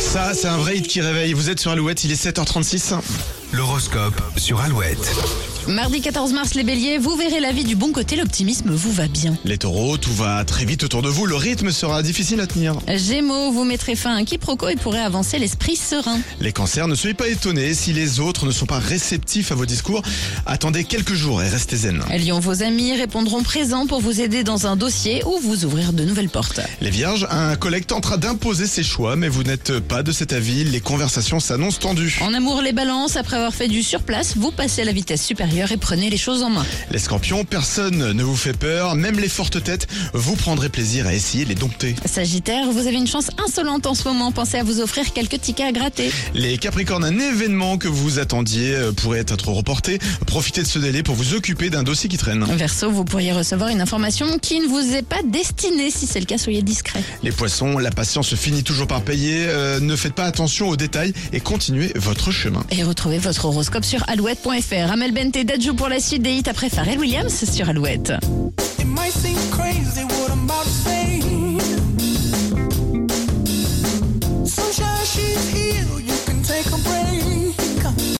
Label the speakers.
Speaker 1: Ça, c'est un vrai hit qui réveille. Vous êtes sur Alouette, il est 7h36.
Speaker 2: L'horoscope sur Alouette.
Speaker 3: Mardi 14 mars, les béliers, vous verrez la vie du bon côté, l'optimisme vous va bien.
Speaker 1: Les taureaux, tout va très vite autour de vous, le rythme sera difficile à tenir.
Speaker 3: Gémeaux, vous mettrez fin à un quiproquo et pourrez avancer l'esprit serein.
Speaker 1: Les cancers, ne soyez pas étonnés si les autres ne sont pas réceptifs à vos discours. Attendez quelques jours et restez zen.
Speaker 3: Lyon, vos amis répondront présents pour vous aider dans un dossier ou vous ouvrir de nouvelles portes.
Speaker 1: Les vierges, un collègue tentera d'imposer ses choix, mais vous n'êtes pas de cet avis, les conversations s'annoncent tendues.
Speaker 3: En amour, les balances, après avoir fait du surplace, vous passez à la vitesse supérieure et prenez les choses en main.
Speaker 1: Les scorpions, personne ne vous fait peur, même les fortes têtes, vous prendrez plaisir à essayer de les dompter.
Speaker 3: Sagittaire, vous avez une chance insolente en ce moment, pensez à vous offrir quelques tickets à gratter.
Speaker 1: Les Capricornes, un événement que vous attendiez euh, pourrait être reporté. Profitez de ce délai pour vous occuper d'un dossier qui traîne.
Speaker 3: Verseau, vous pourriez recevoir une information qui ne vous est pas destinée. Si c'est le cas, soyez discret.
Speaker 1: Les poissons, la patience finit toujours par payer. Euh, ne faites pas attention aux détails et continuez votre chemin.
Speaker 3: Et retrouvez votre horoscope sur alouette.fr. Amel Bente Dadjo pour la suite des hits après Pharrell Williams sur Alouette.
Speaker 4: It might seem crazy what I'm about to say,